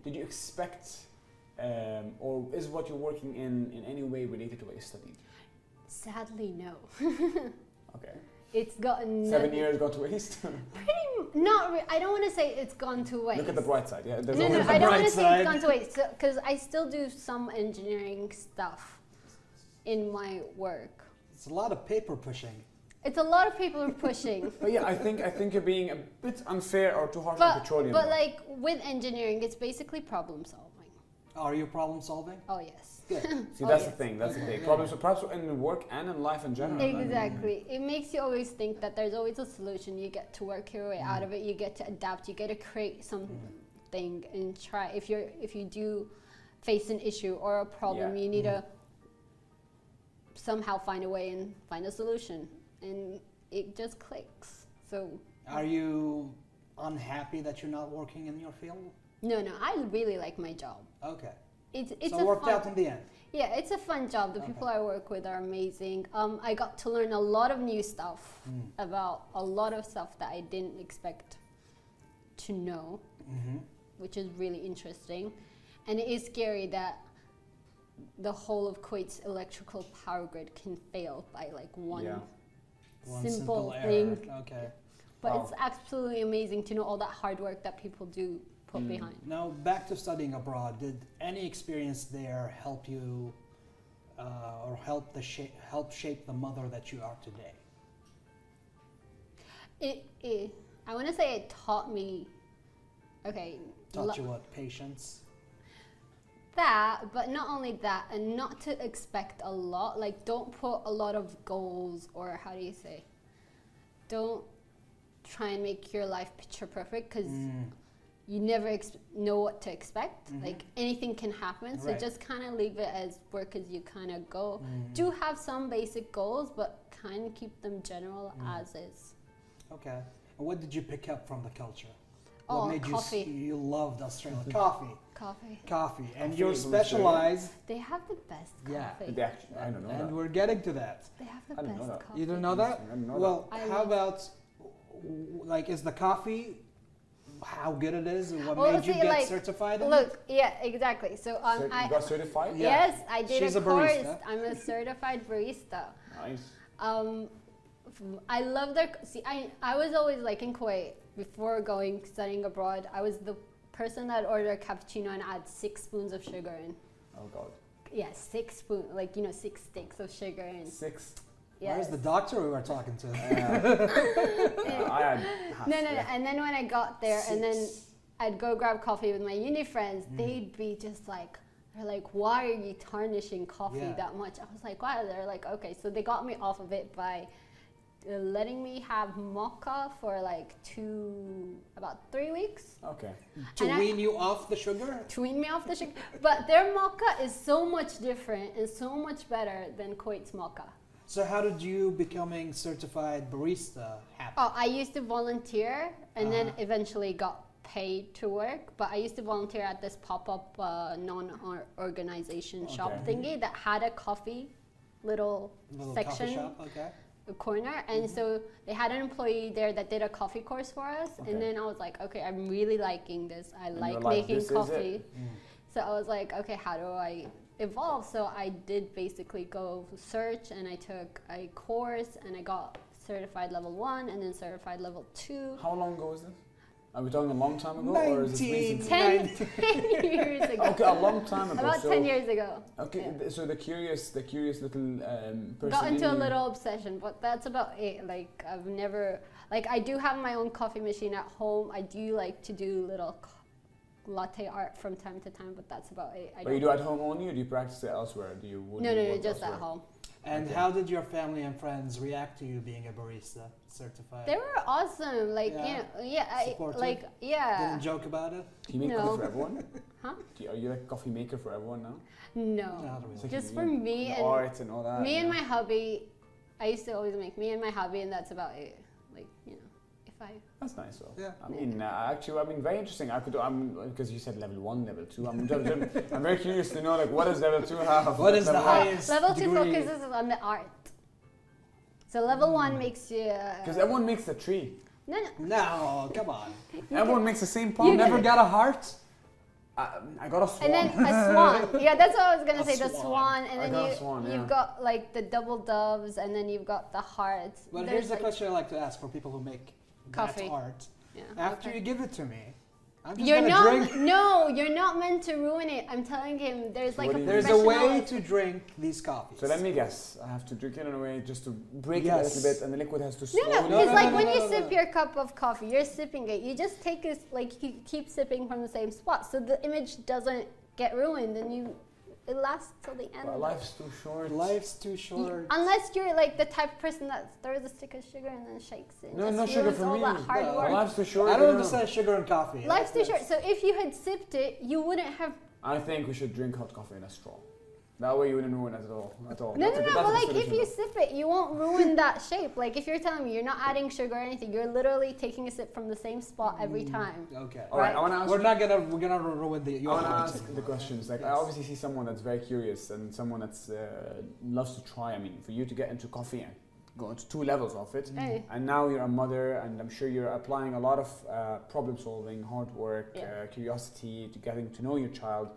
Speaker 2: did you expect um, or is what you're working in in any way related to what you studied?
Speaker 3: Sadly, no.
Speaker 2: Okay,
Speaker 3: It's gotten
Speaker 2: seven
Speaker 3: nothing-
Speaker 2: years got to waste. [LAUGHS]
Speaker 3: Pretty m- not. Re- I don't want to say it's gone to waste.
Speaker 2: Look at the bright side. Yeah, there's
Speaker 3: no, no,
Speaker 2: always
Speaker 3: I
Speaker 2: the
Speaker 3: don't
Speaker 2: bright
Speaker 3: want to say
Speaker 1: side.
Speaker 3: it's gone to waste because I still do some engineering stuff in my work.
Speaker 1: It's a lot of paper pushing.
Speaker 3: It's a lot of people are
Speaker 2: [LAUGHS]
Speaker 3: pushing.
Speaker 2: But yeah, I think I think you're being a bit unfair or too harsh on
Speaker 3: but,
Speaker 2: petroleum.
Speaker 3: but
Speaker 2: though.
Speaker 3: like with engineering, it's basically problem solving.
Speaker 1: Are you problem solving?
Speaker 3: Oh yes,
Speaker 1: Good.
Speaker 2: See,
Speaker 3: oh,
Speaker 2: that's
Speaker 3: yes.
Speaker 2: the thing. That's the
Speaker 1: Okay,
Speaker 2: thing.
Speaker 1: yeah.
Speaker 2: Problems, so perhaps in work and in life in general. I mean,
Speaker 3: exactly. It makes you always think that there's always a solution. You get to work your way out of it. You get to adapt. You get to create something and try. If you're if you do face an issue or a problem,
Speaker 2: Yeah.
Speaker 3: you need to somehow find a way and find a solution, and it just clicks. So
Speaker 1: Are you unhappy that you're not working in your field?
Speaker 3: no, no, I really like my job.
Speaker 1: Okay.
Speaker 3: It's it's
Speaker 1: so
Speaker 3: a
Speaker 1: it worked
Speaker 3: fun,
Speaker 1: out in the end.
Speaker 3: Yeah, it's a fun job. The
Speaker 1: Okay.
Speaker 3: people I work with are amazing. Um, I got to learn a lot of new stuff
Speaker 1: Mm.
Speaker 3: about a lot of stuff that I didn't expect to know,
Speaker 1: Mm-hmm.
Speaker 3: which is really interesting. And it is scary that the whole of Kuwait's electrical power grid can fail by like one.
Speaker 2: Yeah.
Speaker 1: One
Speaker 3: Simple
Speaker 1: simple,
Speaker 3: thing.
Speaker 1: error. Okay.
Speaker 3: But
Speaker 2: Wow.
Speaker 3: it's absolutely amazing to know all that hard work that people do put
Speaker 2: Mm.
Speaker 3: behind.
Speaker 1: Now back to studying abroad. Did any experience there help you, uh, or help the shape, help shape the mother that you are today?
Speaker 3: It, it I want to say it taught me. Okay.
Speaker 1: Taught
Speaker 3: lo-
Speaker 1: you what patience.
Speaker 3: that but not only that and not to expect a lot like don't put a lot of goals or how do you say don't try and make your life picture perfect because
Speaker 1: Mm.
Speaker 3: you never ex- know what to expect
Speaker 1: Mhm.
Speaker 3: like anything can happen so
Speaker 1: Right.
Speaker 3: just kind of leave it as work as you kind of go
Speaker 1: Mm.
Speaker 3: do have some basic goals but kind of keep them general
Speaker 1: Mm.
Speaker 3: as is
Speaker 1: Okay. And what did you pick up from the culture?
Speaker 3: Oh,
Speaker 1: what made
Speaker 3: coffee.
Speaker 1: you s- you loved Australia?
Speaker 2: [LAUGHS]
Speaker 1: coffee,
Speaker 3: coffee
Speaker 1: coffee, and
Speaker 2: Coffee
Speaker 1: you're
Speaker 2: is Australia.
Speaker 1: specialized.
Speaker 3: they have the best
Speaker 1: Yeah.
Speaker 3: coffee
Speaker 2: But they actually, I don't know.
Speaker 1: and
Speaker 2: That.
Speaker 1: we're getting to that.
Speaker 3: they have the
Speaker 2: I didn't know
Speaker 3: best
Speaker 2: that.
Speaker 3: coffee
Speaker 1: You don't know that?
Speaker 2: I didn't know
Speaker 1: Well,
Speaker 3: I
Speaker 1: how
Speaker 3: love-
Speaker 1: about w- like is the coffee how good it is? and What
Speaker 3: Well,
Speaker 1: made you
Speaker 3: see,
Speaker 1: get
Speaker 3: like,
Speaker 1: certified? in it?
Speaker 3: look yeah exactly so
Speaker 2: that.
Speaker 3: um,
Speaker 2: So you
Speaker 3: I,
Speaker 2: got certified.
Speaker 1: Yeah.
Speaker 3: Yes, I did
Speaker 1: She's
Speaker 3: a,
Speaker 1: a
Speaker 3: course.
Speaker 1: barista.
Speaker 3: I'm a certified barista.
Speaker 2: Nice.
Speaker 3: Um, f- I love their. See, I I was always like in Kuwait before going studying abroad. I was the person that ordered a cappuccino and add six spoons of sugar in.
Speaker 2: Oh God.
Speaker 3: Yeah, six spoon, like you know, six sticks of sugar in. [LAUGHS]
Speaker 2: Six.
Speaker 1: Where's
Speaker 3: Yes.
Speaker 1: the doctor we were talking
Speaker 3: [LAUGHS]
Speaker 1: to?
Speaker 2: Uh, yeah, Uh, I had. half,
Speaker 3: no, no, no.
Speaker 2: yeah.
Speaker 3: And then when I got there, and then
Speaker 2: Six. Mm.
Speaker 3: I'd go grab coffee with my uni friends. They'd be just like, they're like, why are you tarnishing coffee
Speaker 1: Yeah.
Speaker 3: that much? I was like, wow. They're like, okay. So they got me off of it by uh, letting me have mocha for like two, about three weeks.
Speaker 2: Okay.
Speaker 1: to
Speaker 3: and I-
Speaker 1: wean you off the sugar?
Speaker 3: Between me off the sugar, but their mocha is so much different and so much better than Kuwait's mocha.
Speaker 1: So how did you becoming certified barista happen?
Speaker 3: Oh, I used to volunteer and then
Speaker 1: Ah.
Speaker 3: eventually got paid to work. But I used to volunteer at this pop up uh, non organization shop
Speaker 2: Okay.
Speaker 3: thingy that had a coffee little,
Speaker 1: Little coffee
Speaker 3: section
Speaker 1: shop, okay.
Speaker 3: a corner and
Speaker 2: Mm-hmm.
Speaker 3: so they had an employee there that did a coffee course for us
Speaker 2: Okay.
Speaker 3: and then i was like okay i'm really liking this i
Speaker 2: you
Speaker 3: like
Speaker 2: were like,
Speaker 3: making
Speaker 2: "This is it." Mm.
Speaker 3: coffee so i was like okay how do i evolve so i did basically go search and i took a course and i got certified level one and then certified level two
Speaker 2: How long ago is this? Are we talking a long time ago or is this
Speaker 1: 19
Speaker 2: recent?
Speaker 3: 10 [LAUGHS] years ago
Speaker 2: [LAUGHS] Okay, a long time ago.
Speaker 3: about
Speaker 2: so,
Speaker 3: 10 years ago
Speaker 2: Okay,
Speaker 3: yeah.
Speaker 2: th- so the curious, the curious little um, person.
Speaker 3: got into
Speaker 2: in
Speaker 3: a
Speaker 2: you-
Speaker 3: little obsession, but that's about it. Like I've never like I do have my own coffee machine at home. I do like to do little co- latte art from time to time, but that's about it. I
Speaker 2: But Oh, you do at home only, or do you practice it elsewhere? Do you? would
Speaker 3: no,
Speaker 2: you
Speaker 3: no, no,
Speaker 2: work
Speaker 3: just at
Speaker 2: elsewhere?
Speaker 3: home.
Speaker 1: And
Speaker 2: Okay.
Speaker 1: how did your family and friends react to you being a barista certified?
Speaker 3: They were awesome. Like
Speaker 1: Yeah.
Speaker 3: yeah, you know, yeah, I,
Speaker 1: Supportive.
Speaker 3: like yeah.
Speaker 1: Didn't joke about it?
Speaker 2: Do you make
Speaker 3: No.
Speaker 2: coffee for everyone?
Speaker 3: [LAUGHS] Huh?
Speaker 2: Do you, are you like a coffee maker for everyone now?
Speaker 1: Not
Speaker 3: No,
Speaker 1: really.
Speaker 2: It's like
Speaker 3: just
Speaker 2: you
Speaker 3: for
Speaker 2: need
Speaker 3: me
Speaker 2: the
Speaker 3: and
Speaker 2: art and all that.
Speaker 1: Uh,
Speaker 3: me and
Speaker 2: yeah.
Speaker 3: my hubby. I used to always make me and my hubby, and that's about it. Like you know, if I
Speaker 2: That's nice, though.
Speaker 1: Yeah.
Speaker 2: I mean, uh, actually, I mean, very interesting. I could, I'm because you said level one, level two. I'm, just, I'm very curious to know, like, what does level two have?
Speaker 1: What is the
Speaker 2: level
Speaker 1: highest- Highest
Speaker 3: level two
Speaker 1: degree.
Speaker 3: focuses on the art. So level
Speaker 2: Hmm.
Speaker 3: one makes you.
Speaker 2: Because everyone makes a tree.
Speaker 3: No, no.
Speaker 1: No, come on.
Speaker 2: Everyone makes the same
Speaker 3: You
Speaker 2: palm.
Speaker 3: get
Speaker 2: Never
Speaker 3: it.
Speaker 2: got a heart. I, I got a swan.
Speaker 3: And then a swan. Yeah, that's what I was gonna
Speaker 1: A
Speaker 3: say. The
Speaker 1: swan.
Speaker 3: swan, and
Speaker 2: I
Speaker 3: then
Speaker 2: got a
Speaker 3: you
Speaker 2: swan,
Speaker 3: you've
Speaker 2: yeah.
Speaker 3: got like the double doves, and then you've got the hearts.
Speaker 1: But
Speaker 3: There's,
Speaker 1: here's the
Speaker 3: like-
Speaker 1: question I like to ask for people who make
Speaker 3: Coffee.
Speaker 1: that art.
Speaker 3: yeah,
Speaker 1: After
Speaker 3: Oh, okay.
Speaker 1: you give it to me, I'm just
Speaker 3: You're
Speaker 1: gonna
Speaker 3: not.
Speaker 1: drink.
Speaker 3: No, you're not meant to ruin it. I'm telling him. There's like
Speaker 2: What
Speaker 3: a
Speaker 2: do you-
Speaker 1: There's a way
Speaker 3: professional-
Speaker 1: to drink these coffees.
Speaker 2: So let me guess. I have to drink it in a way just to break it a
Speaker 1: Yes.
Speaker 2: little bit, and the liquid has to
Speaker 3: No,
Speaker 2: slowly.
Speaker 3: no,
Speaker 1: No,
Speaker 3: because
Speaker 1: no,
Speaker 3: like
Speaker 1: no,
Speaker 3: when
Speaker 1: no,
Speaker 3: you
Speaker 1: no,
Speaker 3: sip
Speaker 1: no.
Speaker 3: your cup of coffee, you're sipping it. You just take this, like you keep sipping from the same spot, so the image doesn't get ruined, and you it lasts till the end.
Speaker 2: But life's too short.
Speaker 1: Life's too short.
Speaker 3: Unless you're like the type of person that throws a stick of sugar and then shakes it. and
Speaker 2: No,
Speaker 3: just
Speaker 2: no sugar
Speaker 3: ruins
Speaker 2: for
Speaker 3: all
Speaker 2: me.
Speaker 3: That hard
Speaker 1: No.
Speaker 3: work.
Speaker 2: Life's too short.
Speaker 1: I
Speaker 2: you
Speaker 1: don't
Speaker 2: know.
Speaker 1: understand sugar and coffee.
Speaker 3: Life's too
Speaker 1: That's-
Speaker 3: short. So if you had sipped it, you wouldn't have.
Speaker 2: I think we should drink hot coffee in a straw. That way you wouldn't ruin it at all. At all.
Speaker 3: No,
Speaker 2: That's a
Speaker 3: no,
Speaker 2: good-
Speaker 3: no.
Speaker 2: that's
Speaker 3: But
Speaker 2: a good
Speaker 3: like if
Speaker 2: solution,
Speaker 3: you
Speaker 2: though.
Speaker 3: sip it, you won't ruin that shape. Like if you're telling me you're not adding sugar or anything, you're literally taking a sip from the same spot every
Speaker 2: Mm.
Speaker 3: time.
Speaker 1: Okay.
Speaker 2: All right, I
Speaker 3: Right.
Speaker 2: want to ask.
Speaker 1: We're not gonna we're gonna ruin the.
Speaker 2: I
Speaker 1: your
Speaker 2: want to
Speaker 1: point.
Speaker 2: ask the questions. Like I
Speaker 1: Yes.
Speaker 2: obviously see someone that's very curious and someone that's uh, loves to try. I mean, for you to get into coffee and go into two levels of it,
Speaker 3: Hey.
Speaker 2: and now you're a mother, and I'm sure you're applying a lot of uh, problem solving, hard work,
Speaker 3: Yeah.
Speaker 2: uh, curiosity to getting to know your child.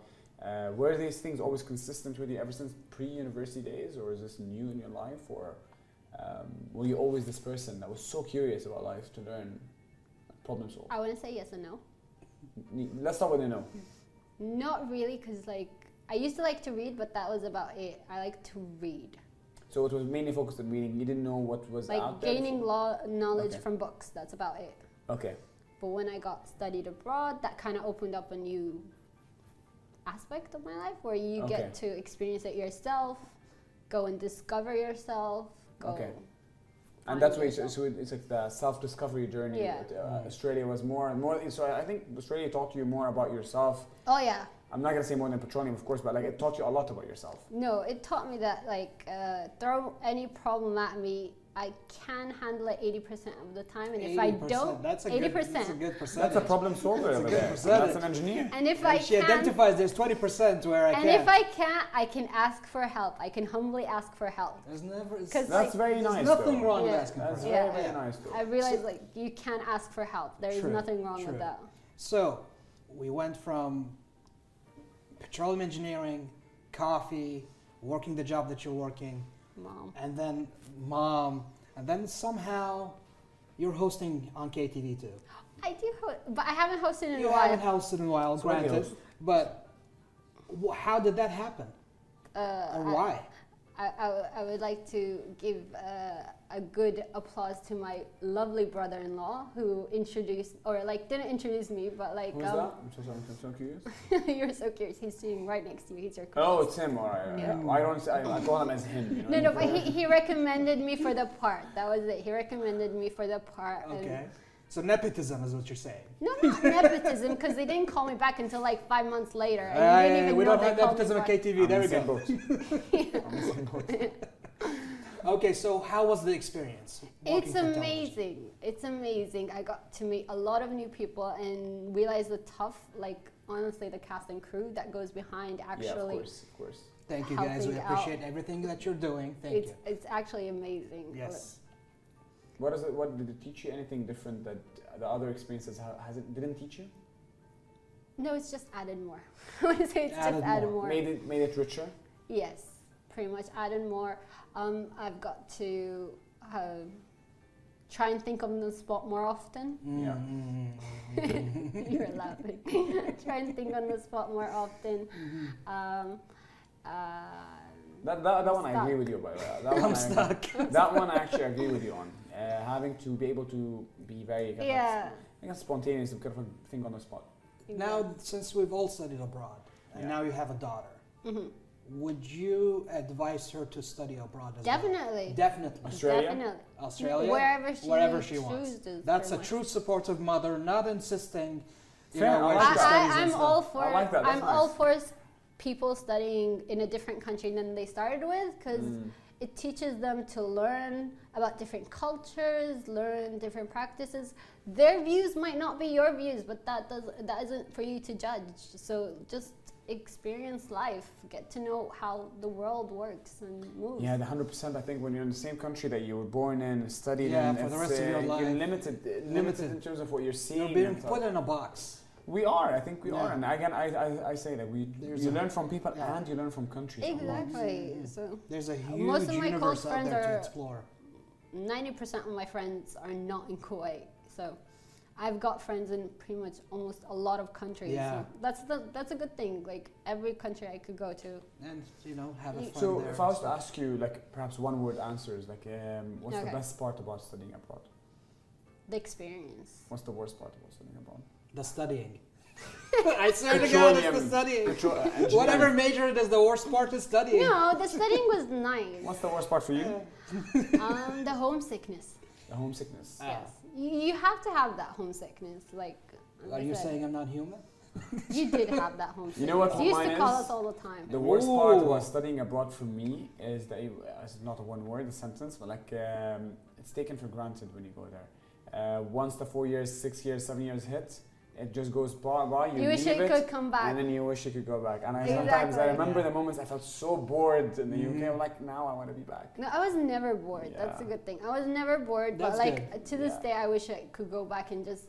Speaker 2: Uh, were these things always consistent with you ever since pre-university days, or is this new in your life, or um, were you always this person that was so curious about life to learn, problem solve?
Speaker 3: I wouldn't say yes and no.
Speaker 2: N- Let's start with a no.
Speaker 3: Not really, because like I used to like to read, but that was about it. I like to read,
Speaker 2: So it was mainly focused on reading. You didn't know what was
Speaker 3: like
Speaker 2: out there.
Speaker 3: gaining law knowledge
Speaker 2: Okay.
Speaker 3: from books. That's about it.
Speaker 2: Okay.
Speaker 3: But when I got studied abroad, that kind of opened up a new aspect of my life where you
Speaker 2: Okay.
Speaker 3: get to experience it yourself, go and discover yourself, go.
Speaker 2: Okay.
Speaker 3: find
Speaker 2: And that's why it's,
Speaker 3: yourself.
Speaker 2: so it- it's like the self-discovery journey.
Speaker 3: Yeah.
Speaker 2: It, uh, Australia was more and more. So I I think Australia taught you more about yourself.
Speaker 3: Oh yeah.
Speaker 2: I'm not gonna say more than petroleum, of course, but like it taught you a lot about yourself.
Speaker 3: No, it taught me that like uh, throw any problem at me, I can handle it 80% of the time and if I
Speaker 1: 80%.
Speaker 3: don't
Speaker 1: that's a Good,
Speaker 3: 80%.
Speaker 1: that's a good percentage.
Speaker 2: That's a problem solver
Speaker 1: That's a
Speaker 2: over
Speaker 1: good
Speaker 2: there. That's
Speaker 1: percentage.
Speaker 2: an engineer.
Speaker 3: and if I
Speaker 1: And she
Speaker 3: can
Speaker 1: identifies there's 20% where I
Speaker 3: and
Speaker 1: can't.
Speaker 3: if I can't, I can ask for help. I can humbly ask for help.
Speaker 1: there's never. it's-
Speaker 3: 'Cause-
Speaker 2: That's very
Speaker 1: there's
Speaker 2: nice.
Speaker 1: nothing
Speaker 2: though.
Speaker 1: wrong with
Speaker 3: Yeah.
Speaker 1: asking for
Speaker 2: That's
Speaker 1: help.
Speaker 2: very
Speaker 3: Yeah.
Speaker 2: very nice. Though.
Speaker 3: I realize like you can ask for help. There is
Speaker 1: True,
Speaker 3: nothing wrong
Speaker 1: true.
Speaker 3: with that.
Speaker 1: So, we went from petroleum engineering, coffee, working the job that you're working,
Speaker 3: Mom.
Speaker 1: and then mom, and then somehow you're hosting on KTV too.
Speaker 3: I do, ho- but I haven't hosted in
Speaker 1: You
Speaker 3: a while.
Speaker 1: haven't hosted in a while,
Speaker 2: So what do you
Speaker 1: granted,
Speaker 2: host?
Speaker 1: but wh- how did that happen,
Speaker 3: uh,
Speaker 1: and
Speaker 3: I,
Speaker 1: why?
Speaker 3: I, I w- I would like to give uh, a good applause to my lovely brother-in-law who introduced, or like didn't introduce me, but like
Speaker 2: Who's that?
Speaker 3: um,
Speaker 2: I'm so sorry. I'm so curious.
Speaker 3: [LAUGHS] you're so curious. He's sitting right next to you. He's your coach.
Speaker 2: Oh, it's him. All right. Yeah. I don't. Say, I, I call him as him. You know?
Speaker 3: No, no, but he, he recommended me for the part. That was it. He recommended me for the part. and-
Speaker 1: Okay, so nepotism is what you're saying.
Speaker 3: No, not nepotism, because they didn't call me back until like five months later. And
Speaker 1: Ah,
Speaker 3: you
Speaker 1: yeah,
Speaker 3: didn't even
Speaker 1: we
Speaker 3: know
Speaker 1: don't
Speaker 3: they
Speaker 1: have
Speaker 3: called me [LAUGHS]
Speaker 1: nepotism at
Speaker 3: back.
Speaker 1: KTV. there we go.
Speaker 2: I'm in the same boat. I'm in the same boat.
Speaker 1: Okay, so how was the experience? working
Speaker 3: It's
Speaker 1: for television?
Speaker 3: amazing. It's amazing. I got to meet a lot of new people and realize the tough, like honestly, the cast and crew that goes behind
Speaker 2: yeah, of
Speaker 3: actually.
Speaker 2: course, of course.
Speaker 1: Thank you guys. We
Speaker 3: helping out.
Speaker 1: appreciate everything that you're doing. Thank
Speaker 3: it's
Speaker 1: you.
Speaker 3: it's actually amazing.
Speaker 1: Yes.
Speaker 2: What is it? What did it teach you? Anything different that the other experiences ha- has it didn't teach you?
Speaker 3: No, it's just added more. [LAUGHS] I want to say it's
Speaker 1: Added
Speaker 3: just added
Speaker 1: more.
Speaker 3: more.
Speaker 2: Made it made it richer.
Speaker 3: Yes, pretty much added more. Um, I've got to uh, try and think on the spot more often. [LAUGHS]
Speaker 2: Yeah.
Speaker 1: Mm. [LAUGHS]
Speaker 3: You're laughing. [LAUGHS] try and think on the spot more often.
Speaker 1: Mm-hmm.
Speaker 3: Um, uh,
Speaker 2: That, that, that
Speaker 3: I'm
Speaker 2: one I
Speaker 3: stuck.
Speaker 2: agree with you by the way. That
Speaker 1: [LAUGHS]
Speaker 2: one
Speaker 1: I'm
Speaker 2: I,
Speaker 3: [LAUGHS]
Speaker 1: stuck.
Speaker 2: [LAUGHS] That one I actually agree with you on. Uh, having to be able to be very kind of
Speaker 3: yeah.
Speaker 2: I guess spontaneous and kind of think on the spot.
Speaker 1: Now, since we've all studied abroad, and
Speaker 2: Yeah.
Speaker 1: now you have a daughter,
Speaker 3: Mhm.
Speaker 1: would you advise her to study abroad as
Speaker 3: definitely,
Speaker 1: well? Definitely.
Speaker 2: Australia?
Speaker 3: definitely,
Speaker 1: Australia?
Speaker 3: wherever she
Speaker 1: wherever she wants.
Speaker 3: chooses.
Speaker 1: That's a
Speaker 3: pretty
Speaker 1: true supportive mother, not insisting. You
Speaker 2: Fair,
Speaker 1: know,
Speaker 2: I
Speaker 1: where
Speaker 2: like
Speaker 1: she
Speaker 3: much.
Speaker 2: that.
Speaker 1: studies and
Speaker 3: I, I, I'm
Speaker 1: stuff.
Speaker 3: all for.
Speaker 2: I like that, that's
Speaker 3: I'm all
Speaker 2: nice.
Speaker 3: for s- people studying in a different country than they started with because
Speaker 2: Mm.
Speaker 3: it teaches them to learn about different cultures, learn different practices. Their views might not be your views, but that does that isn't for you to judge. So just experience life, get to know how the world works and moves.
Speaker 2: Yeah, the hundred percent. I think when you're in the same country that you were born in and studied
Speaker 1: Yeah,
Speaker 2: in,
Speaker 1: for the
Speaker 2: it's,
Speaker 1: rest of
Speaker 2: uh,
Speaker 1: your
Speaker 2: you're
Speaker 1: life.
Speaker 2: limited, uh, limited,
Speaker 1: Limited.
Speaker 2: in terms of what you're seeing.
Speaker 1: You're being
Speaker 2: and stuff.
Speaker 1: put in a box.
Speaker 2: we are. I think we
Speaker 1: Yeah.
Speaker 2: are. And again, I, I, I say that we
Speaker 1: There's
Speaker 2: you
Speaker 1: a-
Speaker 2: learn from people
Speaker 1: yeah.
Speaker 2: and you learn from countries. a lot.
Speaker 3: Exactly. So
Speaker 1: There's a huge
Speaker 3: Most of my
Speaker 1: universe
Speaker 3: close
Speaker 1: out there
Speaker 3: friends
Speaker 1: to
Speaker 3: are-
Speaker 1: explore.
Speaker 3: ninety percent of my friends are not in Kuwait. So I've got friends in pretty much almost a lot of countries.
Speaker 1: Yeah.
Speaker 3: So that's the that's a good thing. Like every country I could go to.
Speaker 1: And, you know, have a
Speaker 3: So
Speaker 1: fun
Speaker 2: So
Speaker 1: there.
Speaker 2: if I was to ask you, like perhaps one word answers, like um, what's the
Speaker 3: Okay.
Speaker 2: best part about studying abroad?
Speaker 3: The experience.
Speaker 2: What's the worst part about studying abroad?
Speaker 1: The studying. [LAUGHS] I swear to God, it's the uh,
Speaker 2: Petroleum.
Speaker 1: studying.
Speaker 2: [LAUGHS] Petro- engineering.
Speaker 1: Whatever major it is, the worst part is studying.
Speaker 3: No, the studying was nice.
Speaker 2: What's the worst part for
Speaker 3: Uh,
Speaker 2: you?
Speaker 3: Um, the homesickness.
Speaker 2: The homesickness.
Speaker 1: Ah.
Speaker 3: Yes, you, you have to have that homesickness. Like, like
Speaker 1: Are
Speaker 3: I
Speaker 1: you
Speaker 3: said,
Speaker 1: saying I'm not human?
Speaker 3: you did have that homesickness?
Speaker 2: You know what
Speaker 3: You used
Speaker 2: mine
Speaker 3: to call
Speaker 2: is?
Speaker 3: us all the time.
Speaker 2: The worst part
Speaker 1: Ooh.
Speaker 2: about studying abroad for me is that it, uh, it's not a one word, a sentence, but like um, it's taken for granted when you go there. Uh, once the four years, six years, seven years hit, it just goes by. by you
Speaker 3: you wish
Speaker 2: leave
Speaker 3: you
Speaker 2: it,
Speaker 3: could come back.
Speaker 2: And then you wish you could go back. And I sometimes I
Speaker 3: Exactly.
Speaker 2: remember
Speaker 1: Yeah.
Speaker 2: the moments I felt so bored in the UK.
Speaker 1: Mhm.
Speaker 2: I'm like, now I want to be back.
Speaker 3: No, I was never bored. That's a
Speaker 2: Yeah.
Speaker 3: good thing. I was never bored,
Speaker 1: That's
Speaker 3: but like to this
Speaker 2: Yeah.
Speaker 3: day, I wish I could go back and just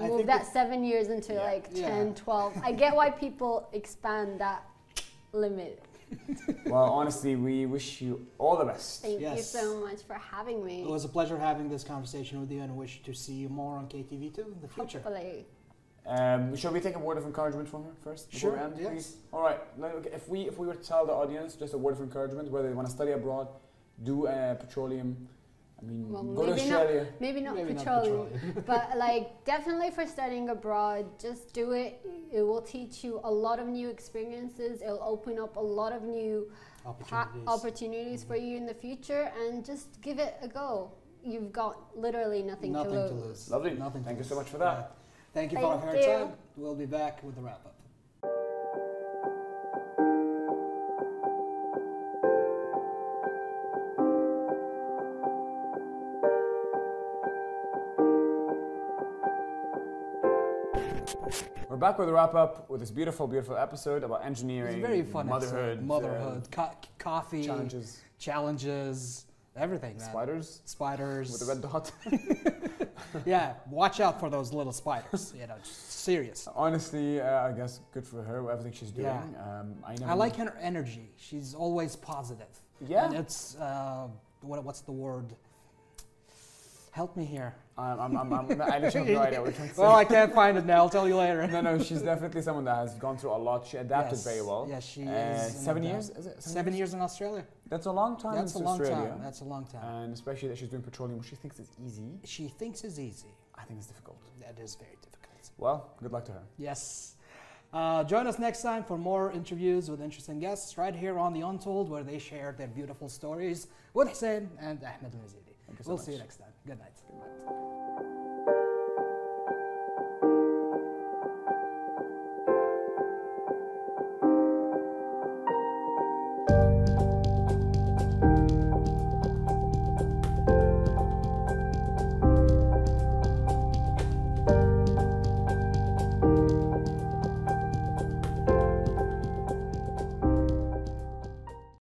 Speaker 1: I
Speaker 3: move
Speaker 1: think
Speaker 3: that
Speaker 1: it's-
Speaker 3: seven years into
Speaker 2: Yeah.
Speaker 3: like
Speaker 1: Yeah.
Speaker 3: ten, twelve. 10, 12. I get why people expand that limit.
Speaker 2: well, honestly, we wish you all the best.
Speaker 3: Thank you
Speaker 1: Yes.
Speaker 3: so much for having me.
Speaker 1: It was a pleasure having this conversation with you and wish to see you more on KTV2 in the future.
Speaker 3: Hopefully.
Speaker 2: Um, shall we take a word of encouragement from her first? before
Speaker 1: Sure,
Speaker 2: we end,
Speaker 1: yes.
Speaker 2: please? All right. let- okay, If we if we were to tell the audience just a word of encouragement, whether they want to study abroad, do uh, petroleum, I mean,
Speaker 3: Well,
Speaker 2: go to
Speaker 3: maybe not.
Speaker 2: Australia.
Speaker 3: Maybe not
Speaker 1: Maybe
Speaker 3: petroleum, but like definitely for studying abroad, just do it. It will teach you a lot of new experiences. It'll open up a lot of new pa-
Speaker 1: [LAUGHS] Opportunities.
Speaker 3: opportunities for you in the future, and just give it a go. You've got literally nothing,
Speaker 1: Nothing
Speaker 3: to lose.
Speaker 2: Lovely.
Speaker 1: Nothing
Speaker 2: Thank
Speaker 1: to
Speaker 2: you so
Speaker 1: lose.
Speaker 2: much for that.
Speaker 1: Yeah. Thank you for
Speaker 3: Thank
Speaker 1: your
Speaker 3: you.
Speaker 1: time. We'll be back with the wrap up.
Speaker 2: We're back with a wrap up with this beautiful, beautiful episode about engineering,
Speaker 1: It's very fun. episode.
Speaker 2: motherhood, uh,
Speaker 1: motherhood, co- coffee,
Speaker 2: challenges,
Speaker 1: challenges, everything. man.
Speaker 2: spiders
Speaker 1: Spiders.
Speaker 2: with the red dot. [LAUGHS]
Speaker 1: yeah, watch out for those little spiders. you know, just serious.
Speaker 2: Honestly, uh, I guess good for her. Everything she's doing.
Speaker 1: Yeah.
Speaker 2: Um, I, never
Speaker 1: I like her energy. She's always positive.
Speaker 2: Yeah.
Speaker 1: And it's uh, what, what's the word? Help me
Speaker 2: [LAUGHS]
Speaker 1: here.
Speaker 2: I'm, I'm, I'm, I'm, I
Speaker 1: [LAUGHS]
Speaker 2: literally have no idea what you're trying to say.
Speaker 1: Well, I can't find it now. I'll tell you later. [LAUGHS]
Speaker 2: No, no, she's definitely someone that has gone through a lot. She adapted
Speaker 1: Yes,
Speaker 2: very well.
Speaker 1: yes, she
Speaker 2: Uh,
Speaker 1: is an
Speaker 2: Seven
Speaker 1: adapt-
Speaker 2: years, is it?
Speaker 1: Seven years in Australia.
Speaker 2: That's a long time.
Speaker 1: That's a
Speaker 2: in
Speaker 1: long
Speaker 2: Australia. Uh,
Speaker 1: time. That's a long time.
Speaker 2: And especially that she's doing petroleum, which she thinks is easy.
Speaker 1: She thinks is easy.
Speaker 2: I think it's difficult.
Speaker 1: That is very difficult.
Speaker 2: Well, good luck to her.
Speaker 1: Yes. Uh, join us next time for more interviews with interesting guests right here on The Untold, where they share their beautiful stories with Hussein and Ahmed Al Mazidi.
Speaker 2: Thank you so
Speaker 1: We'll see you
Speaker 2: much.
Speaker 1: next time. Good night.
Speaker 2: Good night.